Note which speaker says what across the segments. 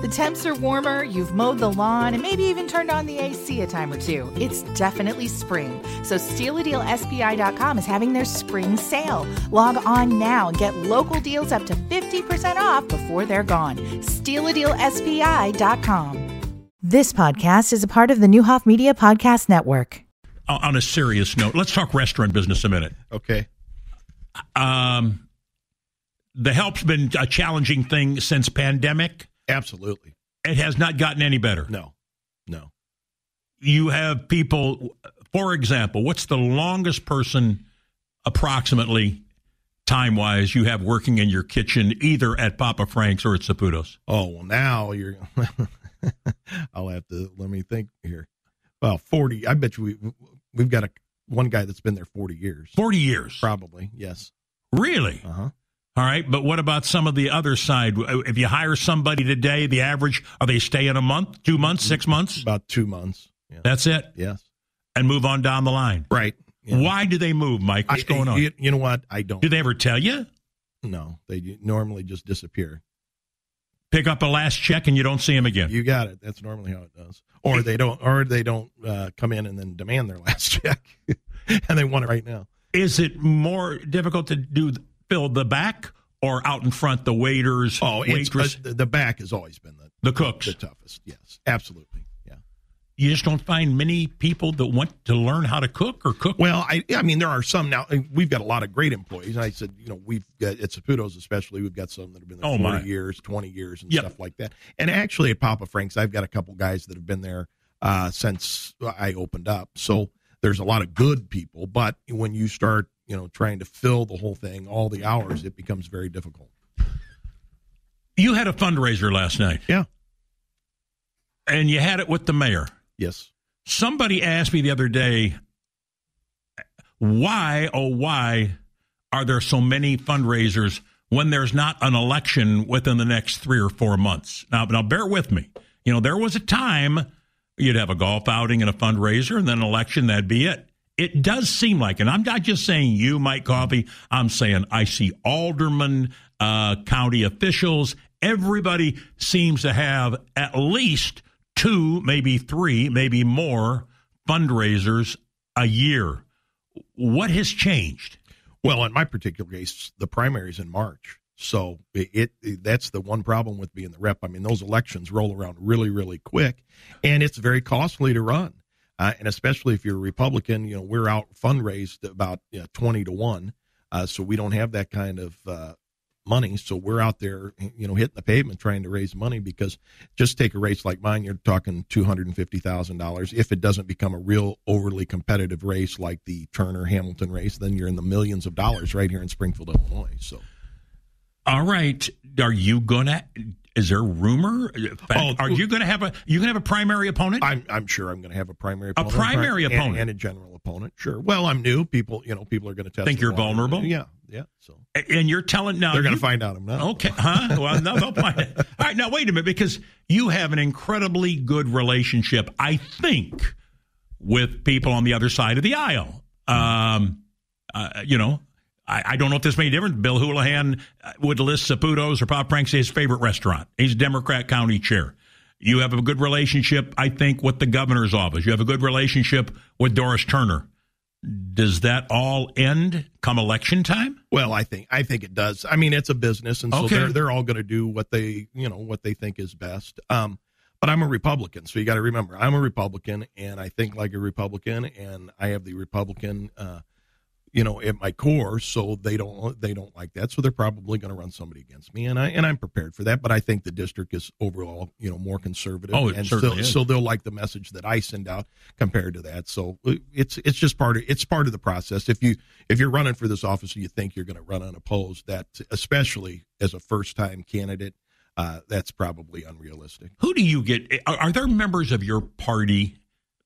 Speaker 1: The temps are warmer, you've mowed the lawn, and maybe even turned on the AC a time or two. It's definitely spring. So SteelADealSBI.com is having their spring sale. Log on now and get local deals up to 50% off before they're gone. SteelADealSBI.com. This podcast is a part of the Newhoff Media Podcast Network.
Speaker 2: on on a serious note, let's talk restaurant business a minute.
Speaker 3: Okay.
Speaker 2: Um, the help's been a challenging thing since pandemic.
Speaker 3: Absolutely.
Speaker 2: It has not gotten any better.
Speaker 3: No. No.
Speaker 2: You have people, for example, what's the longest person, approximately time wise, you have working in your kitchen, either at Papa Frank's or at Saputo's?
Speaker 3: Oh well, now you're. I'll have to let me think here. Well, forty. I bet you we we've got a one guy that's been there forty years.
Speaker 2: Forty Uh-huh. years,
Speaker 3: Probably yes.
Speaker 2: really?
Speaker 3: Uh huh.
Speaker 2: All right, but what about some of the other side? If you hire somebody today, the average are they staying a month, two months, six months?
Speaker 3: About two months. Yeah.
Speaker 2: That's it,
Speaker 3: yes.
Speaker 2: and move on down the line.
Speaker 3: Right. Yeah.
Speaker 2: Why do they move, Mike? What's
Speaker 3: I-
Speaker 2: going on?
Speaker 3: You, you know what? I don't
Speaker 2: Do they ever tell you?
Speaker 3: know. They normally just disappear.
Speaker 2: Pick up a last check and you don't see them again.
Speaker 3: You got it. That's normally how it does. Or they don't. Or they don't uh, come in and then demand their last check, and they want it right now.
Speaker 2: Is it more difficult to do fill the back or out in front the waiters,
Speaker 3: Oh, it's,
Speaker 2: waitress,
Speaker 3: uh, the back has always been the
Speaker 2: the cooks?
Speaker 3: the toughest. Yes, absolutely. Yeah.
Speaker 2: you just don't find many people that want to learn how to cook or cook.
Speaker 3: Well, I I mean there are some now. and We've got a lot of great employees. And I said, you know, we've got at Saputo's especially, we've got some that have been there
Speaker 2: Oh,
Speaker 3: forty
Speaker 2: my.
Speaker 3: years, twenty years, and
Speaker 2: Yep.
Speaker 3: stuff like that. And actually at Papa Frank's, I've got a couple guys that have been there uh, since I opened up. So there's a lot of good people, but when you start, you know, trying to fill the whole thing, all the hours, it becomes very difficult.
Speaker 2: you had a fundraiser last night
Speaker 3: Yeah.
Speaker 2: and you had it with the mayor.
Speaker 3: Yes.
Speaker 2: Somebody asked me the other day, why, oh, why are there so many fundraisers when there's not an election within the next three or four months? Now, now bear with me. You know, there was a time you'd have a golf outing and a fundraiser and then an election, that'd be it. It does seem like, and I'm not just saying you, Mike Coffey, I'm saying I see aldermen, uh, county officials, everybody seems to have at least two, maybe three, maybe more fundraisers a year. What has changed?
Speaker 3: Well, in my particular case, the primaries in March. So it, it that's the one problem with being the rep. I mean, those elections roll around really, really quick, and it's very costly to run. Uh, and especially if you're a Republican, you know we're out fundraised about you know, twenty to one, uh, so we don't have that kind of uh, money. So we're out there, you know, hitting the pavement trying to raise money because just take a race like mine, you're talking two hundred and fifty thousand dollars. If it doesn't become a real overly competitive race like the Turner Hamilton race, then you're in the millions of dollars right here in Springfield, Illinois. So
Speaker 2: All right, are you gonna? Is there rumor?
Speaker 3: Oh,
Speaker 2: are you gonna have a? You gonna have a primary opponent?
Speaker 3: I'm I'm sure I'm going to have a primary opponent,
Speaker 2: primary
Speaker 3: and,
Speaker 2: opponent.
Speaker 3: and a general opponent. Sure. Well, I'm new. People, you know, people are going to test.
Speaker 2: Think
Speaker 3: the
Speaker 2: you're
Speaker 3: water.
Speaker 2: vulnerable?
Speaker 3: Yeah, yeah. So
Speaker 2: and you're telling now
Speaker 3: they're going
Speaker 2: you-
Speaker 3: to find out I'm not.
Speaker 2: Okay, huh? Well, no, they'll find it. All right, now wait a minute, because you have an incredibly good relationship, I think, with people on the other side of the aisle. Um, uh, you know, I, I don't know if this made a difference. Bill Houlihan uh, would list Saputo's or Pop Frank's as his favorite restaurant. He's a Democrat county chair. You have a good relationship, I think, with the governor's office. You have a good relationship with Doris Turner. Does that all end come election time?
Speaker 3: Well, I think I think it does. I mean, it's a business, and so
Speaker 2: Okay.
Speaker 3: they're they're all going to do what they you know what they think is best. Um, but I'm a Republican, so you got to remember I'm a Republican, and I think like a Republican, and I have the Republican, uh, you know, at my core. So they don't they don't like that, so they're probably going to run somebody against me, and I and I'm prepared for that. But I think the district is overall you know more conservative,
Speaker 2: Oh, it
Speaker 3: and
Speaker 2: certainly
Speaker 3: so,
Speaker 2: is.
Speaker 3: so they'll like the message that I send out compared to that. So uh, it's it's just part of it's part of the process. If you if you're running for this office and you think you're going to run unopposed, that especially as a first time candidate, uh, that's probably unrealistic.
Speaker 2: Who do you get? Are, are there members of your party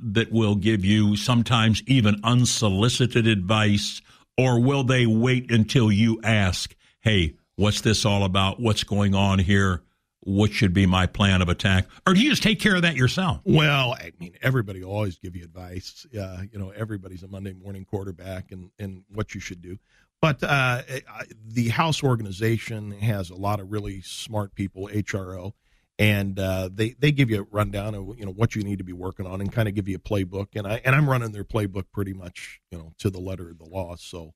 Speaker 2: that will give you sometimes even unsolicited advice, or will they wait until you ask, hey, what's this all about? What's going on here? What should be my plan of attack? Or do you just take care of that yourself?
Speaker 3: Well, I mean, everybody will always give you advice. Uh, you know, everybody's a Monday morning quarterback and, and what you should do. But uh, I- the House organization has a lot of really smart people, HRO, and uh, they they give you a rundown of you know what you need to be working on, and kind of give you a playbook. And I and I'm running their playbook pretty much you know to the letter of the law. So,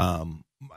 Speaker 3: um, my-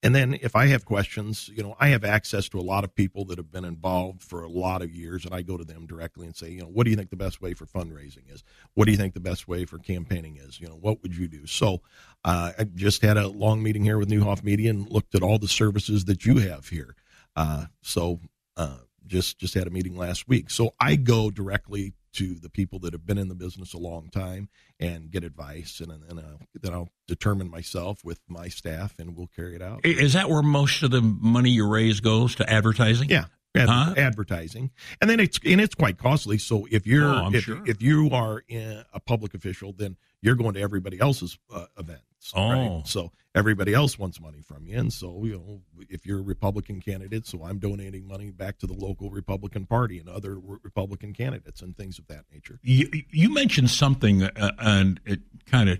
Speaker 3: and then if I have questions, you know I have access to a lot of people that have been involved for a lot of years, and I go to them directly and say, you know, what do you think the best way for fundraising is? What do you think the best way for campaigning is? You know, what would you do? So, uh, I just had a long meeting here with Newhoff Media and looked at all the services that you have here. Uh, so uh, just just had a meeting last week. So I go directly to the people that have been in the business a long time and get advice, and, and uh, then I'll determine myself with my staff, and we'll carry it out.
Speaker 2: I- Is that where most of the money you raise goes to advertising?
Speaker 3: Yeah. Ad-
Speaker 2: Huh?
Speaker 3: Advertising, and then it's and it's quite costly. So if you're
Speaker 2: Oh, I'm
Speaker 3: if,
Speaker 2: sure.
Speaker 3: if you are in a public official, then you're going to everybody else's uh, events.
Speaker 2: Oh.
Speaker 3: so everybody else wants money from you, and so you know if you're a Republican candidate, so I'm donating money back to the local Republican Party and other re- Republican candidates and things of that nature.
Speaker 2: You, you mentioned something, uh, and it kind of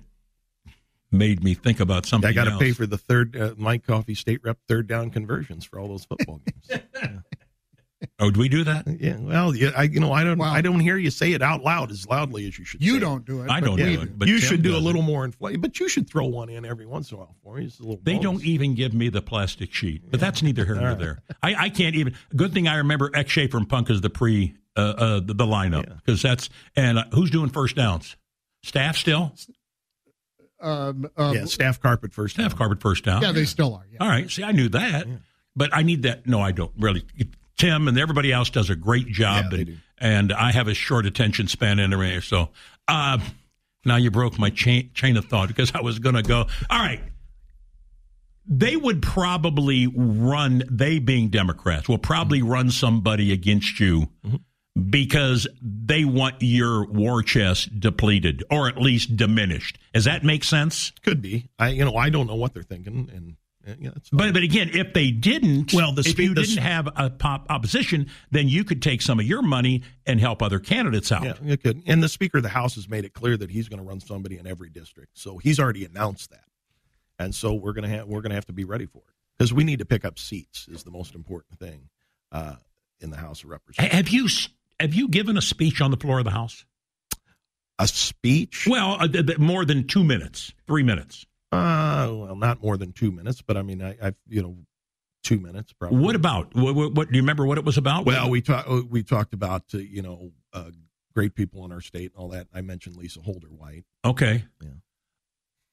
Speaker 2: made me think about something.
Speaker 3: I got to
Speaker 2: else.
Speaker 3: pay for the third uh, Mike Coffee state rep third down conversions for all those football games.
Speaker 2: Oh, do we do that?
Speaker 3: yeah, well, yeah, I you know I don't
Speaker 4: Wow.
Speaker 3: I don't hear you say it out loud as loudly as you should. say
Speaker 4: You
Speaker 3: it.
Speaker 4: don't do it.
Speaker 2: I
Speaker 4: but
Speaker 2: don't
Speaker 4: we
Speaker 2: do it.
Speaker 4: do.
Speaker 2: But
Speaker 3: you
Speaker 2: Tim
Speaker 3: should do a
Speaker 2: does
Speaker 3: little more inflation, but you should throw one in every once in a while for me. Just a little.
Speaker 2: They
Speaker 3: bonus.
Speaker 2: don't even give me the plastic sheet, but that's neither here nor
Speaker 3: All right.
Speaker 2: there. I, I can't even. Good thing I remember X Shaper and Punk as the pre uh, uh, the, the lineup because that's and uh, who's doing first downs? Staff still
Speaker 4: Um, um,
Speaker 3: Yeah, staff carpet first.
Speaker 2: staff
Speaker 3: down.
Speaker 2: carpet first down.
Speaker 4: yeah, they still are. Yeah.
Speaker 2: All right. See, I knew that, but I need that. No, I don't really. Tim and everybody else does a great job,
Speaker 3: Yeah, they
Speaker 2: and,
Speaker 3: do.
Speaker 2: and I have a short attention span in there. So uh, now you broke my chain, chain of thought because I was going to go. All right. They would probably run, they being Democrats, will probably
Speaker 3: Mm-hmm.
Speaker 2: run somebody against you because they want your war chest depleted or at least diminished. Does that make sense?
Speaker 3: Could be. I you know I don't know what they're thinking, and uh, yeah, that's fine.
Speaker 2: But but again, if they didn't,
Speaker 3: Well, the
Speaker 2: if you
Speaker 3: spe- the
Speaker 2: didn't
Speaker 3: s-
Speaker 2: have a pop opposition, then you could take some of your money and help other candidates out.
Speaker 3: yeah, it could. And the Speaker of the House has made it clear that he's going to run somebody in every district, so he's already announced that, and so we're gonna have we're gonna have to be ready for it because we need to pick up seats is the most important thing uh, in the House of
Speaker 2: Ha-
Speaker 3: Representatives.
Speaker 2: Have you s- have you given a speech on the floor of the House?
Speaker 3: A speech.
Speaker 2: Well, uh, th- th- more than two minutes, three minutes.
Speaker 3: Uh, well, not more than two minutes, but I mean, I, I you know, two minutes probably.
Speaker 2: What about what, what, what? Do you remember what it was about?
Speaker 3: Well, we talked we talked about uh, you know uh, great people in our state and all that. I mentioned Lisa Holder White.
Speaker 2: okay.
Speaker 3: Yeah.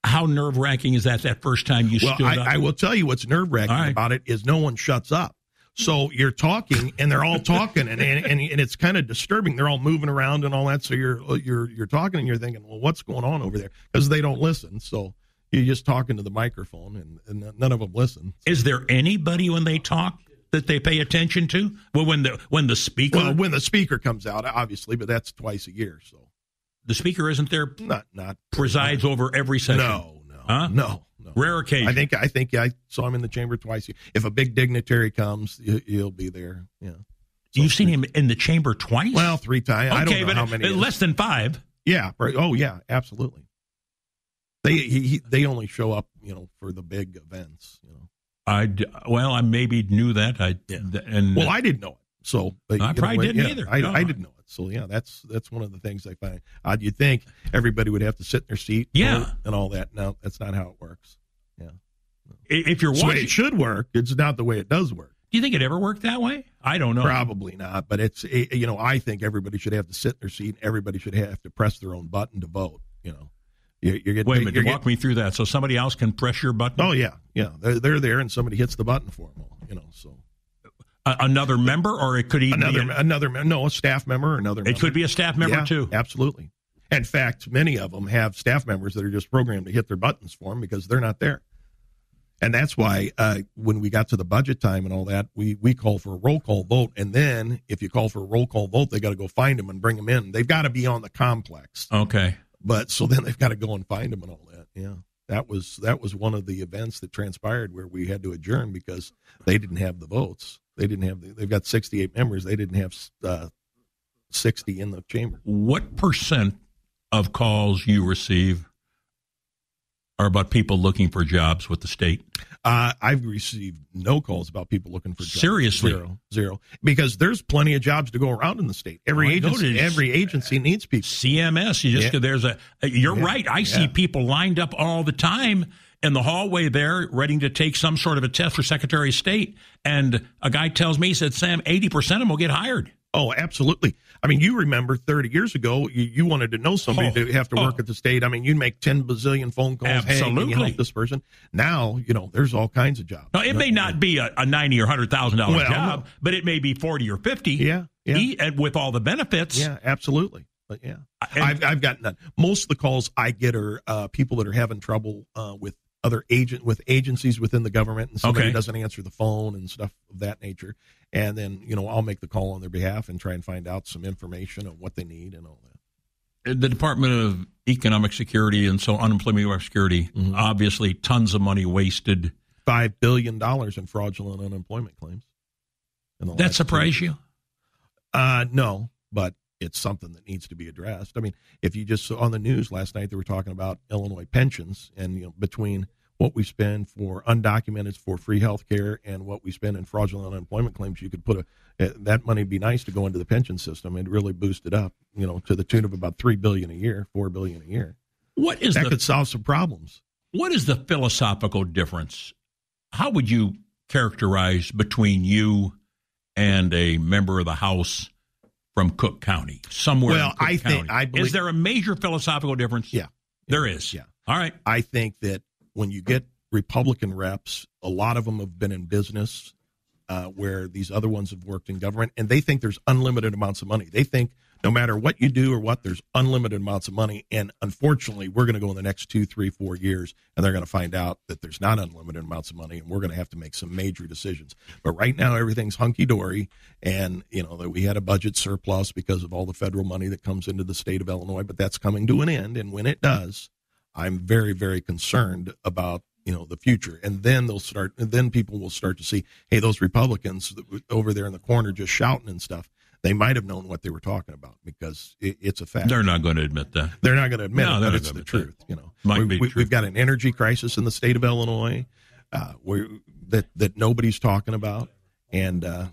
Speaker 2: How nerve wracking is that? That first time you
Speaker 3: Well,
Speaker 2: stood up.
Speaker 3: I, I will tell you what's nerve wracking
Speaker 2: All right.
Speaker 3: about it is no one shuts up. So you're talking and they're all talking and, and, and, and it's kind of disturbing. They're all moving around and all that. So you're uh, you're you're talking and you're thinking, well, what's going on over there? Because they don't listen. So you're just talking to the microphone and, and none of them listen.
Speaker 2: is there anybody when they talk that they pay attention to? Well, when the when the speaker
Speaker 3: Well, when the speaker comes out, obviously, but that's twice a year. So
Speaker 2: the speaker isn't there
Speaker 3: not not
Speaker 2: presides over every session.
Speaker 3: No, no,
Speaker 2: Huh?
Speaker 3: no, no.
Speaker 2: Rare occasion.
Speaker 3: I think I think I saw him in the chamber twice. If a big dignitary comes, he- he'll be there. Yeah. So
Speaker 2: You've seen
Speaker 3: three-
Speaker 2: him in the chamber twice.
Speaker 3: Well, three times. I don't know
Speaker 2: but
Speaker 3: how many.
Speaker 2: but
Speaker 3: it is.
Speaker 2: less than five.
Speaker 3: Yeah. right. Oh, yeah. Absolutely. They he, he, they only show up, you know, for the big events. You know.
Speaker 2: I d- well, I maybe knew that. I
Speaker 3: Yeah.
Speaker 2: th- and
Speaker 3: Well, I didn't know it, so but,
Speaker 2: Mm. I
Speaker 3: you know,
Speaker 2: probably
Speaker 3: when-
Speaker 2: didn't
Speaker 3: yeah,
Speaker 2: either.
Speaker 3: I,
Speaker 2: No.
Speaker 3: I didn't know it, so yeah, that's that's one of the things I find odd. You'd think everybody would have to sit in their seat,
Speaker 2: Yeah.
Speaker 3: vote and all that. No, that's not how it works.
Speaker 2: i- if you're
Speaker 3: It's the way
Speaker 2: watching,
Speaker 3: it should work. It's not the way it does work.
Speaker 2: do you think it ever worked that way? I don't know.
Speaker 3: Probably not, but it's eh, you know I think everybody should have to sit in their seat. Everybody should have to press their own button to vote. You know, you're, you're getting
Speaker 2: Wait a minute,
Speaker 3: you're
Speaker 2: walk me through that so somebody else can press your button.
Speaker 3: getting- oh yeah, yeah. They're they're there, and somebody hits the button for them. All, you know, so
Speaker 2: A- another member, or it could even
Speaker 3: another
Speaker 2: be an-
Speaker 3: another mem- no a staff member or another.
Speaker 2: it could be a staff member too.
Speaker 3: Absolutely. In fact, many of them have staff members that are just programmed to hit their buttons for them because they're not there. And that's why uh, when we got to the budget time and all that, we we call for a roll call vote. And then if you call for a roll call vote, they got to go find them and bring them in. They've got to be on the complex,
Speaker 2: Okay,
Speaker 3: but so then they've got to go and find them and all that. Yeah, that was that was one of the events that transpired where we had to adjourn because they didn't have the votes. They didn't have. The, they've got sixty eight members. They didn't have uh, sixty in the chamber.
Speaker 2: what percent of calls you receive are about people looking for jobs with the state?
Speaker 3: Uh, I've received no calls about people looking for jobs.
Speaker 2: Seriously?
Speaker 3: zero, zero, because there's plenty of jobs to go around in the state. Every
Speaker 2: Oh, I
Speaker 3: agency,
Speaker 2: noticed.
Speaker 3: every agency needs people.
Speaker 2: CMS. You just
Speaker 3: Yeah.
Speaker 2: there's a. uh, You're
Speaker 3: Yeah,
Speaker 2: right. I see
Speaker 3: yeah.
Speaker 2: people lined up all the time in the hallway there, ready to take some sort of a test for Secretary of State. And a guy tells me, he said, "Sam, eighty percent of them will get hired."
Speaker 3: Oh, absolutely. I mean, you remember 30 years ago, you, you wanted to know somebody
Speaker 2: Oh,
Speaker 3: to have to work
Speaker 2: oh.
Speaker 3: at the state. I mean, you'd make 10 bazillion phone calls. Hey, can you
Speaker 2: Absolutely.
Speaker 3: help this person. Now, you know, there's all kinds of jobs.
Speaker 2: Now, it may not be a, a ninety or hundred thousand dollar
Speaker 3: Well,
Speaker 2: job,
Speaker 3: no.
Speaker 2: but it may be forty or fifty.
Speaker 3: Yeah, yeah.
Speaker 2: E- and with all the benefits. uh,
Speaker 3: Yeah, absolutely. But yeah,
Speaker 2: And-
Speaker 3: I've, I've got none. Most of the calls I get are uh, people that are having trouble uh, with other agent with agencies within the government, and somebody
Speaker 2: Okay.
Speaker 3: doesn't answer the phone and stuff of that nature. And then you know I'll make the call on their behalf and try and find out some information on what they need and all that.
Speaker 2: the Department of Economic Security and so unemployment security,
Speaker 3: Mm-hmm.
Speaker 2: obviously tons of money wasted.
Speaker 3: Five billion dollars in fraudulent unemployment claims. in the
Speaker 2: That
Speaker 3: last two
Speaker 2: surprised
Speaker 3: years.
Speaker 2: you?
Speaker 3: Uh, no, but it's something that needs to be addressed. I mean, if you just saw on the news last night, they were talking about Illinois pensions and you know between what we spend for undocumented for free health care and what we spend in fraudulent unemployment claims, you could put a eh, that money would be nice to go into the pension system and really boost it up. You know, to the tune of about three billion a year, four billion a year.
Speaker 2: What is
Speaker 3: that
Speaker 2: the
Speaker 3: could solve some problems.
Speaker 2: what is the philosophical difference? How would you characterize between you and a member of the House from Cook County, somewhere? in
Speaker 3: Well,
Speaker 2: Cook
Speaker 3: I think-
Speaker 2: County?
Speaker 3: I believe-
Speaker 2: is there a major philosophical difference?
Speaker 3: Yeah.
Speaker 2: there is.
Speaker 3: Yeah.
Speaker 2: All right.
Speaker 3: I think that when you get Republican reps, a lot of them have been in business uh, where these other ones have worked in government, and they think there's unlimited amounts of money. They think no matter what you do or what, there's unlimited amounts of money. And unfortunately, we're going to go in the next two, three, four years, and they're going to find out that there's not unlimited amounts of money, and we're going to have to make some major decisions. But right now, everything's hunky dory, and you know that we had a budget surplus because of all the federal money that comes into the state of Illinois, but that's coming to an end, and when it does. I'm very, very concerned about you know the future. And then they'll start. And then people will start to see, hey, those Republicans that were over there in the corner just shouting and stuff. They might have known what they were talking about because it, it's a fact.
Speaker 2: They're not going to admit that.
Speaker 3: They're not going to admit
Speaker 2: No,
Speaker 3: it,
Speaker 2: they're
Speaker 3: but
Speaker 2: not
Speaker 3: it's
Speaker 2: gonna
Speaker 3: the
Speaker 2: admit that.
Speaker 3: truth. You know,
Speaker 2: Might
Speaker 3: we,
Speaker 2: be
Speaker 3: we,
Speaker 2: true.
Speaker 3: we've got an energy crisis in the state of Illinois, uh, where that that nobody's talking about, and uh,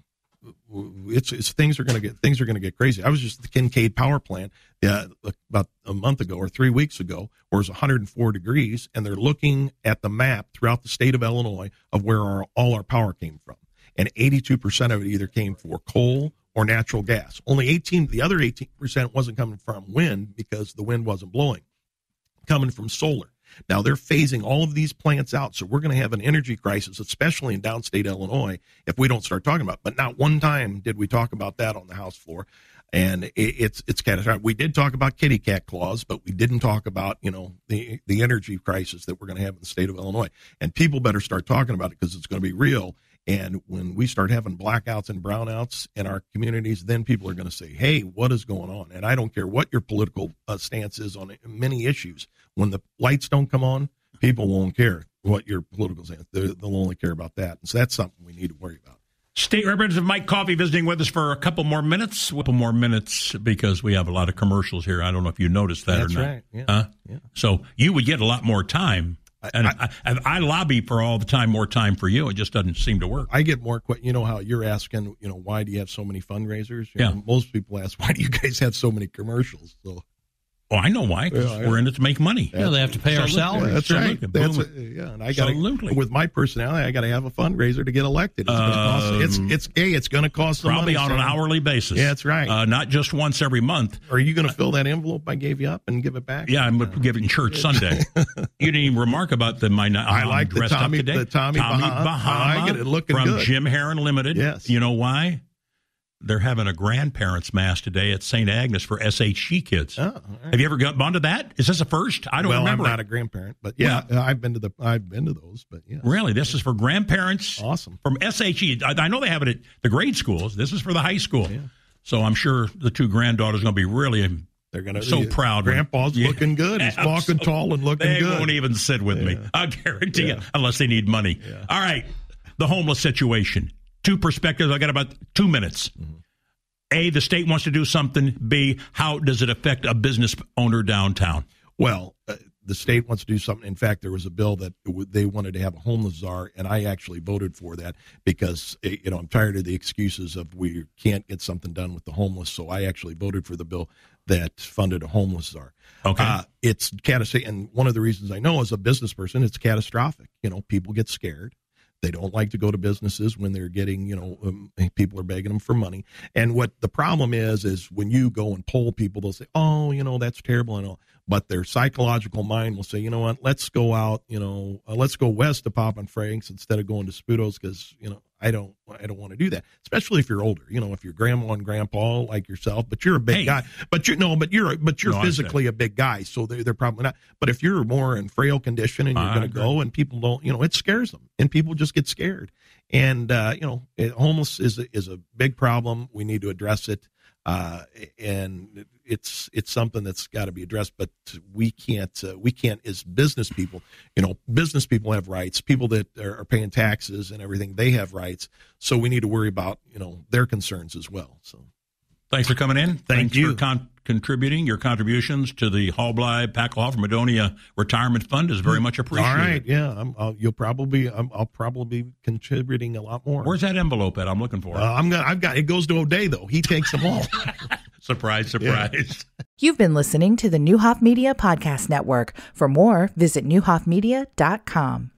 Speaker 3: w- w- it's it's things are going to get things are going to get crazy. I was just at the Kincaid power plant uh, about a month ago or three weeks ago, where it's 104 degrees, and they're looking at the map throughout the state of Illinois of where our, all our power came from, and 82% of it either came for coal or natural gas. Only 18, the other 18% wasn't coming from wind because the wind wasn't blowing coming from solar. Now they're phasing all of these plants out, so we're going to have an energy crisis, especially in downstate Illinois, if we don't start talking about. It. But not one time did we talk about that on the House floor, and it, it's it's catastrophic. We did talk about kitty cat claws, but we didn't talk about you know the the energy crisis that we're going to have in the state of Illinois, and people better start talking about it because it's going to be real. And when we start having blackouts and brownouts in our communities, then people are going to say, hey, what is going on? And I don't care what your political uh, stance is on many issues. When the lights don't come on, people won't care what your political stance They're- They'll only care about that. And so that's something we need to worry about.
Speaker 2: State Representative Mike Coffey visiting with us for a couple more minutes. A couple more minutes because we have a lot of commercials here. I don't know if you noticed that
Speaker 3: That's
Speaker 2: or not.
Speaker 3: right, yeah,
Speaker 2: Huh?
Speaker 3: yeah.
Speaker 2: So you would get a lot more time. And I, I, I lobby for all the time, more time for you. It just doesn't seem to work.
Speaker 3: I get more que- You know how you're asking, you know, why do you have so many fundraisers? You
Speaker 2: Yeah.
Speaker 3: know, most people ask, why do you guys have so many commercials? So
Speaker 2: Oh, I know why. 'cause
Speaker 3: Yeah, yeah.
Speaker 2: we're in it to make money.
Speaker 5: Yeah, they have to pay our
Speaker 3: Yeah,
Speaker 5: salaries.
Speaker 3: that's
Speaker 2: Sure,
Speaker 3: right.
Speaker 2: look at
Speaker 3: That's
Speaker 2: boom.
Speaker 3: a- yeah, and I got
Speaker 2: Absolutely.
Speaker 3: with my personality, I got to have a fundraiser to get elected. It's gonna cost, it's
Speaker 2: Um,
Speaker 3: it's hey, it's going to cost some
Speaker 2: Probably
Speaker 3: money,
Speaker 2: on an
Speaker 3: so-
Speaker 2: hourly basis.
Speaker 3: Yeah, that's right.
Speaker 2: Uh, not just once every month.
Speaker 3: Are you going to fill that envelope I gave you up and give it back? Uh,
Speaker 2: Yeah, I'm gonna give it in church Sunday. you didn't even remark about the my.
Speaker 3: I like the
Speaker 2: dressed
Speaker 3: Tommy-
Speaker 2: up today.
Speaker 3: the Tommy Bahama. I like it. It looking
Speaker 2: from
Speaker 3: good.
Speaker 2: Jim Heron Limited.
Speaker 3: Yes.
Speaker 2: you know why? They're having a grandparents' mass today at St. Agnes for SHG kids.
Speaker 3: Oh, all right.
Speaker 2: Have you ever got- gone to that? Is this a first? I don't
Speaker 3: well,
Speaker 2: remember.
Speaker 3: I'm not a grandparent, but yeah, I've been to the I've been to those, but yeah,
Speaker 2: really, this is for grandparents.
Speaker 3: awesome.
Speaker 2: from SHE. I, I know they have it at the grade schools. This is for the high school. So I'm sure the two granddaughters are going to be really.
Speaker 3: They're going to
Speaker 2: So proud when-
Speaker 3: Grandpa's
Speaker 2: Yeah.
Speaker 3: looking good. He's
Speaker 2: Absolutely.
Speaker 3: walking tall and looking
Speaker 2: They
Speaker 3: good.
Speaker 2: won't even sit with me. I guarantee it, unless they need money. All right, the homeless situation. Two perspectives. I got about two minutes.
Speaker 3: Mm-hmm.
Speaker 2: A, the state wants to do something. B, how does it affect a business owner downtown?
Speaker 3: Well, uh, the state wants to do something. In fact, there was a bill that w- they wanted to have a homeless czar, and I actually voted for that because eh, you know I'm tired of the excuses of we can't get something done with the homeless. So I actually voted for the bill that funded a homeless czar.
Speaker 2: Okay.
Speaker 3: Uh, it's catastrophic, and one of the reasons I know as a business person, it's catastrophic. You know, people get scared. They don't like to go to businesses when they're getting, you know, um, people are begging them for money. And what the problem is, is when you go and poll people, they'll say, "Oh, you know, that's terrible," and all. But their psychological mind will say, "You know what? Let's go out. You know, uh, let's go west to Pop and Frank's instead of going to Spudo's because you know I don't, I don't want to do that. Especially if you're older. You know, if you're grandma and grandpa like yourself, but you're a big
Speaker 2: Hey.
Speaker 3: guy. But you know, but you're, a- but you're
Speaker 2: No, I understand.
Speaker 3: physically a big guy, so they're, they're probably not. But if you're more in frail condition and you're
Speaker 2: I
Speaker 3: going to
Speaker 2: agree.
Speaker 3: go, and people don't, you know, it scares them, and people just get scared. And uh, you know, it, homeless is a- is a big problem. We need to address it, uh, and it's it's something that's got to be addressed. But we can't uh, we can't as business people, you know, business people have rights. People that are, are paying taxes and everything, they have rights. So we need to worry about you know their concerns as well. So.
Speaker 2: Thanks for coming in. Thanks
Speaker 3: you.
Speaker 2: for con- contributing. Your contributions to the Hallbly Packelhoff Madonia Retirement Fund is very much appreciated.
Speaker 3: Mm-hmm. All right, yeah, I'm, I'll, you'll probably I'm, I'll probably be contributing a lot more.
Speaker 2: Where's that envelope at? I'm looking for
Speaker 3: uh,
Speaker 2: it.
Speaker 3: I'm gonna I've got it goes to O'Day though. He takes them all.
Speaker 2: surprise, surprise.
Speaker 1: You've been listening to the Newhoff Media Podcast Network. For more, visit newhoffmedia.com.